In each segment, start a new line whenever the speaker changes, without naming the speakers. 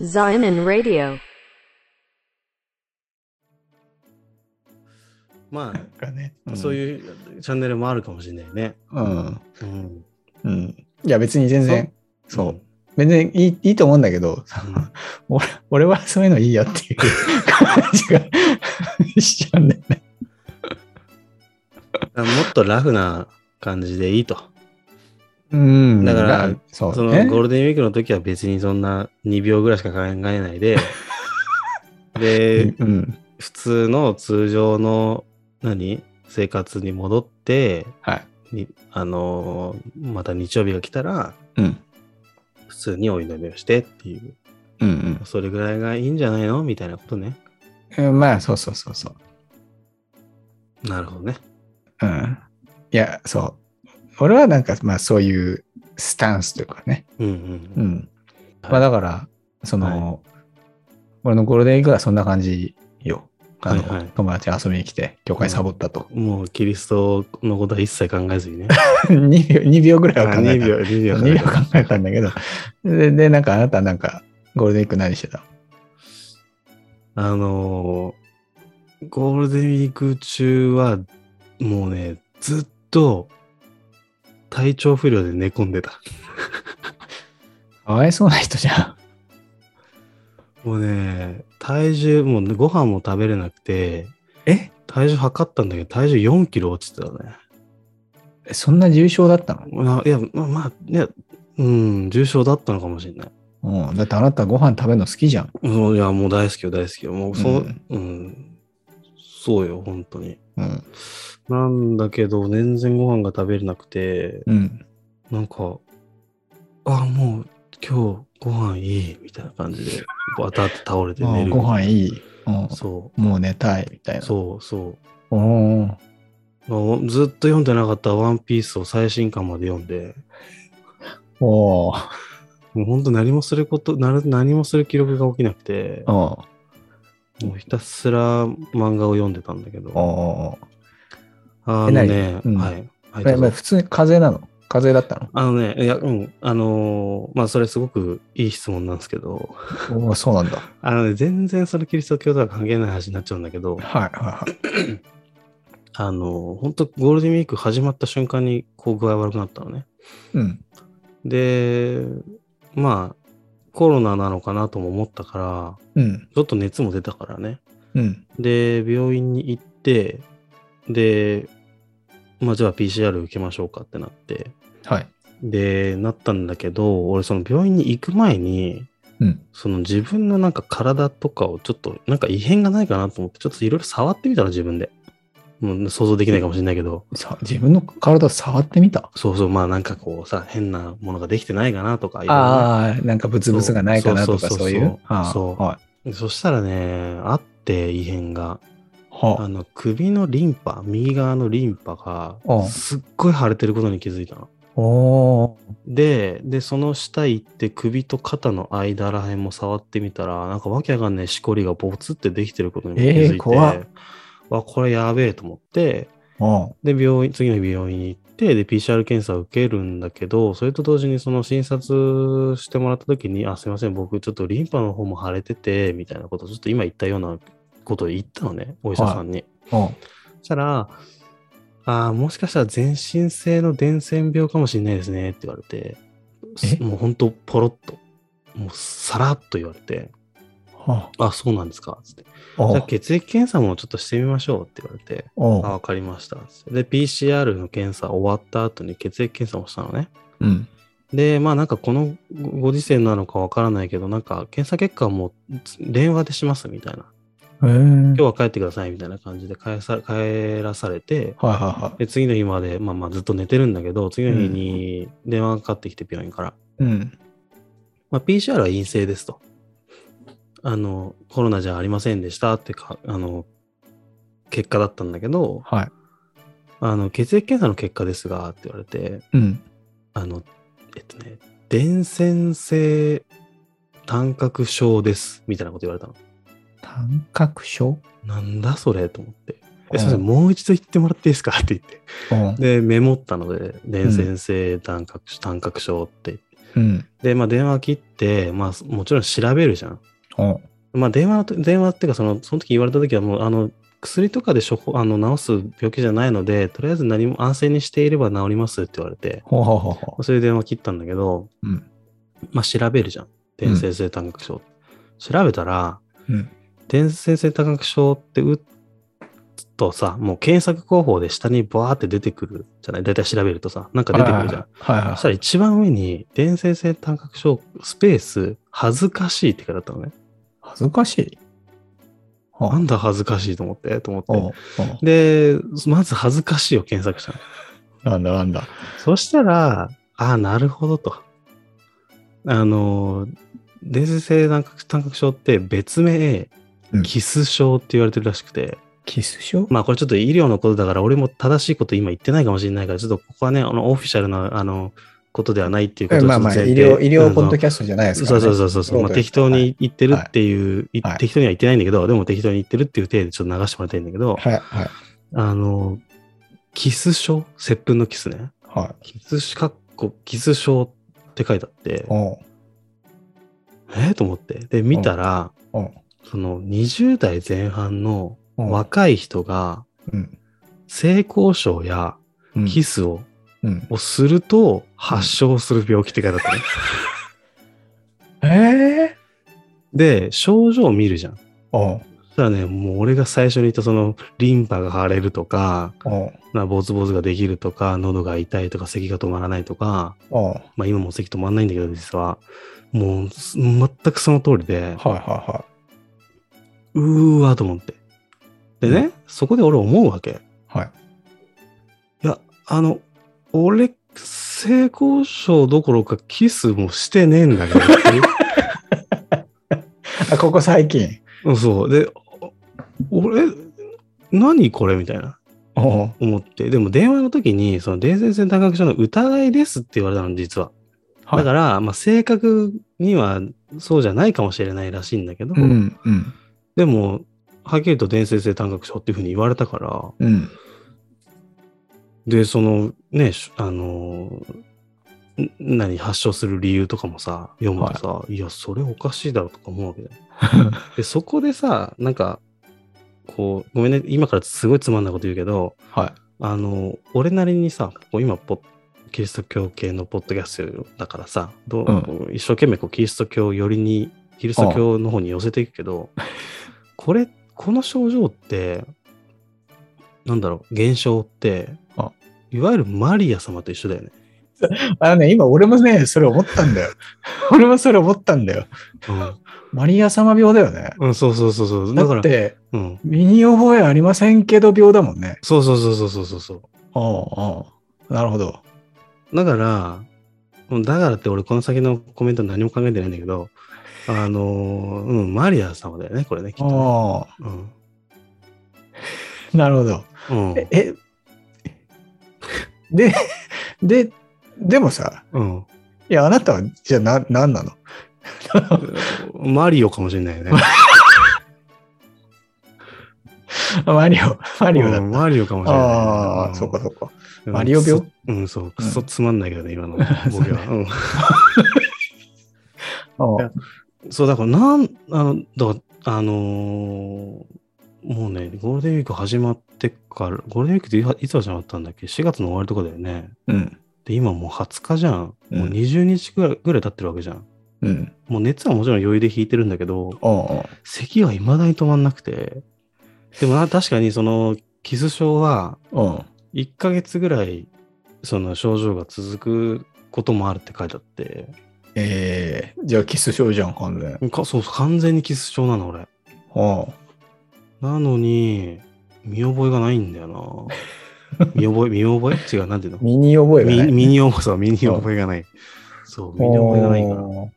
Zion Radio.
ま
がね。
あ、そう
う。
いうチャンネルもあるかもしれないね。
うん。
うん。
うん。いや、別に全然、そう。
ん。
全然いいいいと思うんだけど、俺俺はそういうのいいよっていう感じがしちゃうんだよね。
あもっとラフな感じでいいと。
うん。
だから
な、そう
その
ね
ゴールデンウィークの時は別にそんな2秒ぐらいしか考えない で、で、
うん。
普通の通常の何生活に戻って、
はい。
にあのーまた日曜日が来たら、
うん。
普通にお祈りをしてっていう、
うんうん
それぐらいがいいんじゃないのみたいなことね。
えー。まあ、そうそうそうそう。
なるほどね。
うん。いや、そう。俺はなんか、まあ、そういうスタンスというかね。
うん
う
うん。
ん。
はい
まあ、だから、その、俺のゴールデンウィークはそんな感じよ。あの、
はいはい
友達遊びに来て、教会サボったと。
もうキリストのことは一切考えずに ね。
2秒、2秒ぐらいは考え
2
た。
秒、2秒考
2
え
秒考
た。
えたんだけど。で、でなんかあなたなんか、ゴールデンウィーク何してた
あのーゴールデンウィーク中は、もうね、ずっと体調不良で寝込んでた。
かわいそうな人じゃん。
もうね、体重、もうご飯も食べれなくて、
え
体重測ったんだけど、体重4キロ落ちてたね。
そんな重症だったの
まあ、いや、まあ、まあ、いや、うん、重症だったのかもしれない。
うん。だってあなたご飯食べるの好きじゃん。
うんいや、もう大好きよ、大好きよ。もう、そ、う
うん
うん、そうよ、本当に。
うん。
なんだけど、全然ご飯が食べれなくて、
うん。
なんか、あ、もう今日ご飯いい、みたいな感じで、バタって倒れて
あ
寝
あ
る。
ご飯いい。うん。
そ、
もう寝たいみたいうな。
そう、そう。
う。ん。
まあずっと読んでなかったワンピースを最新刊まで読んで、
おー
もう本当何もすること、なる何もする記録が起きなくて、
うん。
もうひたすら漫画を読んでたんだけど、
おー
あのね、
え何うん
はい。はい
え
どう
まあ
ぞ
普通に風邪なの風邪だった
あのね、いや、うん、あのーまあ、それすごくいい質問なんですけど、
のおーそうなんだ。
あのね、全然それキリスト教とは関係ない話になっちゃうんだけど、
はいはいはい。
あの、本当ゴールデンウィーク始まった瞬間に、こう具合悪くなったのね。
うん。
で、まあ、コロナなのかなとも思ったから、
うん。
ちょっと熱も出たからね。
うん。
で、病院に行って、で、まあ、じゃあ PCR 受けましょうかってなって、
はい。
で、なったんだけど、俺、その病院に行く前に、
うん。
その自分のなんか体とかをちょっと、なんか異変がないかなと思って、ちょっといろいろ触ってみたの、自分で。もう想像できないかもしれないけど。
さ自分の体触ってみた
そうそう、まあなんかこうさ、変なものができてないかなとかいろいろね、
ああ、なんかブツブツがないかなとか
そう
そういう。
そうそうそう
あ
そしたらね、あって異変が、
あはい。は
あの首のリンパ、右側のリンパ
う
が
ん
すっごい腫れてることに気づいたの。
あ。お
で、で、その下行って首と肩の間らへんも触ってみたら、なんかわけわかんないしこりがボツってできてることにも気づいて、
えー怖っ
わ、これやべえと思って、
お。
で、病院、次の日病院に行って、で、PCR 検査を受けるんだけど、それと同時にその診察してもらった時に、あ、すいません、僕ちょっとリンパの方も腫れてて、みたいなこと、ちょっと今言ったようなことを言ったのね、お医者さんに。
おう
そしたら、あーもしかしたら全身性の伝染病かもしれないですねって言われて、
え
もうほんとポロッと、もうさらっと言われて、
は
あ、そうなんですか、つって。
あお
じゃあ
う
血液検査もちょっとしてみましょうって言われて、
お
あ、
う
わかりました。で、PCR の検査終わった後に血液検査もしたのね。
うん。
で、まあなんかこのごご時世なのかわからないけど、なんか検査結果はもうつ電話でしますみたいな。
へえ。はい
今日は帰ってくださいみたいな感じで帰さ帰らされて、
はいは
で、次の日まで、まあまあずっと寝てるんだけど、次の日に電話がかかってきて病院から。
い。うん。
まあ PCR は陰性ですと。あの、コロナじゃありませんでしたってか、あの、結果だったんだけど、
はい。
あの、血液検査の結果ですが、って言われて、
うん。
あの、えっとね、伝染性単角症です、みたいなこと言われたの。
単角症
なんだそれと思って。え、すいませ
うん
ん、もう一度言ってもらっていいですかって言って。
おう
で、メモったので、伝染性単角,、単角症って。
うん。
で、まあ、電話切って、まあ、もちろん調べるじゃん。
お
まあ、電話のと、電話っていうか、その、その時言われた時はもう、あの、薬とかで処方、あの、治す病気じゃないので、とりあえず何も安静にしていれば治りますって言われて、
ほうほうほうほ
それで電話切ったんだけど、
う。うん。
まあ、調べるじゃん。伝染性単核症。調べたら、
うん。
伝染性単核症って打つとさ、もう検索方法で下にバーって出てくるじゃない大体調べるとさ、なんか出てくるじゃん。
はいはい
そしたら一番上に、伝染性単核症スペース、恥ずかしいって書いてあったのね。
恥ずかしい。
な
は
んだ恥ずかしいと思って、と思
お
っ
う
て。で、まず恥ずかしいを検索したの。
おうなんだなんだ。
そしたら、ああ、なるほどと。あの、伝染性単核単核症って別名
うん、
キス症って言われてるらしくて、
キス症
まあこれちょっと医療のことだから、俺も正しいこと今言ってないかもしれないから、ちょっとここはね、あのオフィシャルなあのことではないっていうことを
まあ
ちょっ
ま
と
あ、
前
医
提
療、医療ポッ
うん
ドキャストじゃないですか
そ
ら
う
ね。
そうそうそうそう、まあ、適当に言ってるっていう、い
はい
適当には言ってないんだけど、でも適当に言ってるっていう体でちょっと流してもらいたいんだけど、
はいはい
あの、キス症接吻のキスね。
はい。
キスしかっこ、キス症って書いてあって、
おう
えーと思って。で、見たら、
おう
その20代前半の
おう
若い人が
うん。
性交渉や
うん
キスを
うん
をすると発症する病気って書いてあったね。
ええ
で、症状を見るじゃん。
おう
そしたらね、もう俺が最初に言ったその、リンパが腫れるとか、
おう
なボツボツができるとか、喉が痛いとか、咳が止まらないとか、
おう
まあ今も咳止まらないんだけど、実は、もうす全くその通りで、
はいはいは
うーわと思って。でね、
うん
そこで俺思うわけ。
い。はい。
いや、あの、俺、性交渉どころかキスもしてねえんだけどって いう。
あ、ここ最近。
うんそう。で、お俺、何これみたいな。
おう
思って。でも電話の時に、その伝染性多学症の疑いですって言われたの、実は。
はい
だから、まあ、正確にはそうじゃないかもしれないらしいんだけど、
うんうん
でも、はっきりと伝染性単学症っていうふうに言われたから、
うん。
で、そのね、しあのー、ん何、発症する理由とかもさ、読むとさ、い、や、それおかしいだろうとか思うわけだよ。で、そこでさ、なんか、こう、ごめんね、今からすごいつまんないこと言うけど、
はい。
あの、俺なりにさ、こう今ポッ、キリスト教系のポッドキャストだからさ、どう
うん
こう一生懸命こうキリスト教寄りに、キリスト教の方に寄せていくけ ど、これ、この症状って、なんだろう、現象って
あ、
いわゆるマリア様と一緒だよね。
あのね、今俺もね、それ思ったんだ よ。俺もそれ思ったんだよ。マリア様病だよね。
うん、うんそうそうそうそう。だか
だ
ら
っ、て、
うん。
身に覚えありませんけど病だもんね。
そうそうそうそうそうそう。
おうおうなるほど。
だから、うんだからって俺この先のコメント何も考えてないんだけど、あのーうん、マリア様だよね、これね、きっとね。
お
うん。
うなるほど。
うん。
ええ、で、で、でもさ、
うん。
いや、あなたは、じゃあな、なんなの
マリオかもしれないよね。
あマリオ、マリオだ
うん
っ。
マリオかもしたれない。
ああ、
ん
そうかそうか。
うん
マリオ病
くそうん、そう。くそつまんないけどね、 今の僕は。う
おう
うん。そう、だから、なん、あの、だからあのーもうね、ゴールデンウィーク始まってから、ゴールデンウィークっていはいつ始まったんだっけ ?4 月の終わりとかだよね。
うん。
で、今もう20日じゃん。もううん20日ぐらいぐらい経ってるわけじゃん。
うん。
もう熱はもちろん余裕で引いてるんだけど、
おうおう
咳はいまだに止まんなくて。でもな、確かにその、キス症は、
おう
1ヶ月ぐらい、その症状が続くこともあるって書いてあって、
えー、じゃあキス症じゃん、完全。
かそう、完全にキス症なの、俺。
おう
なのに、見覚えがないんだよ な。見覚え、見覚え違う、なんていうの
身に覚えがない。
み身に覚え、そう、身に覚えがない。そう、身に覚えがないから。
おう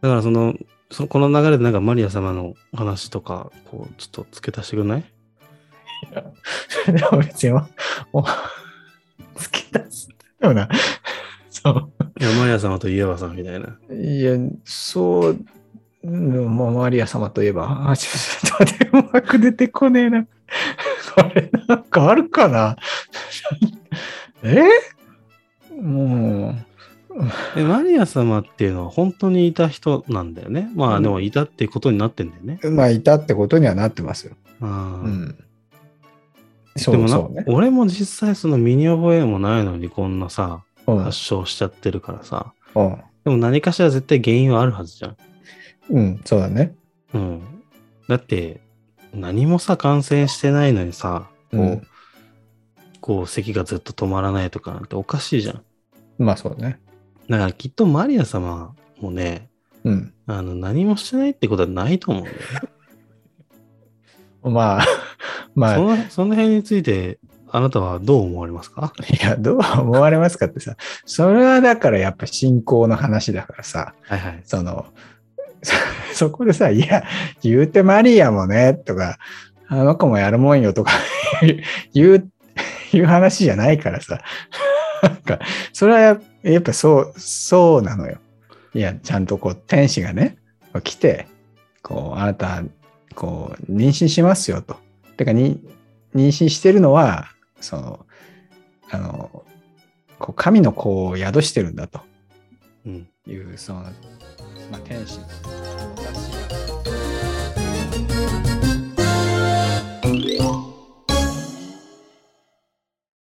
だから、その、そのこの流れでなんかマリア様の話とか、こう、ちょっと付け足してくんない
でも別に、お付け足す。でもな、 そう。
いや、マリア様といえばさ、みたいな。
いや、そう、うんまあ、マリア様といえば、あ、ちょっと待って、うまく出てこねえな。こ れ、なんかあるかなえもう、
でマリア様っていうのは本当にいた人なんだよね。ま
う
あ
ん
でもいたってことになってんだよね。
まあ、いたってことにはなってますよ。
あ
う
ー
ん。そ
でも
う
な
そうね。
俺も実際その身に覚えもないのにこんなさ、
うん
発症しちゃってるからさ。
うん
でも何かしら絶対原因はあるはずじゃん。
うん、そうだね。
うん。だって、何もさ、感染してないのにさ、こう、
うん
こう咳がずっと止まらないとかなんておかしいじゃん。
まあ、そうね。
だからきっとマリア様もね、
うん。
あの何もしてないってことはないと思うんだよね。
まあ、 まあ、
そ
い
のその辺について、あなたはどう思われますか
や、どう思われますかってさ、それはだからやっぱ信仰の話だからさ、
はいはい。
その、そ そこでさ、いや、言うてマリアもね、とか、あの子もやるもんよとか 言う、言う話じゃないからさ、なんか、それはややっぱそう、そうなのよ。いや、ちゃんとこう、天使がね、来て、こう、あなた、こう、妊娠しますよと。てか、に妊娠してるのは、その、あの、こう神の子を宿してるんだと。
うん
いうその、まあ、天使の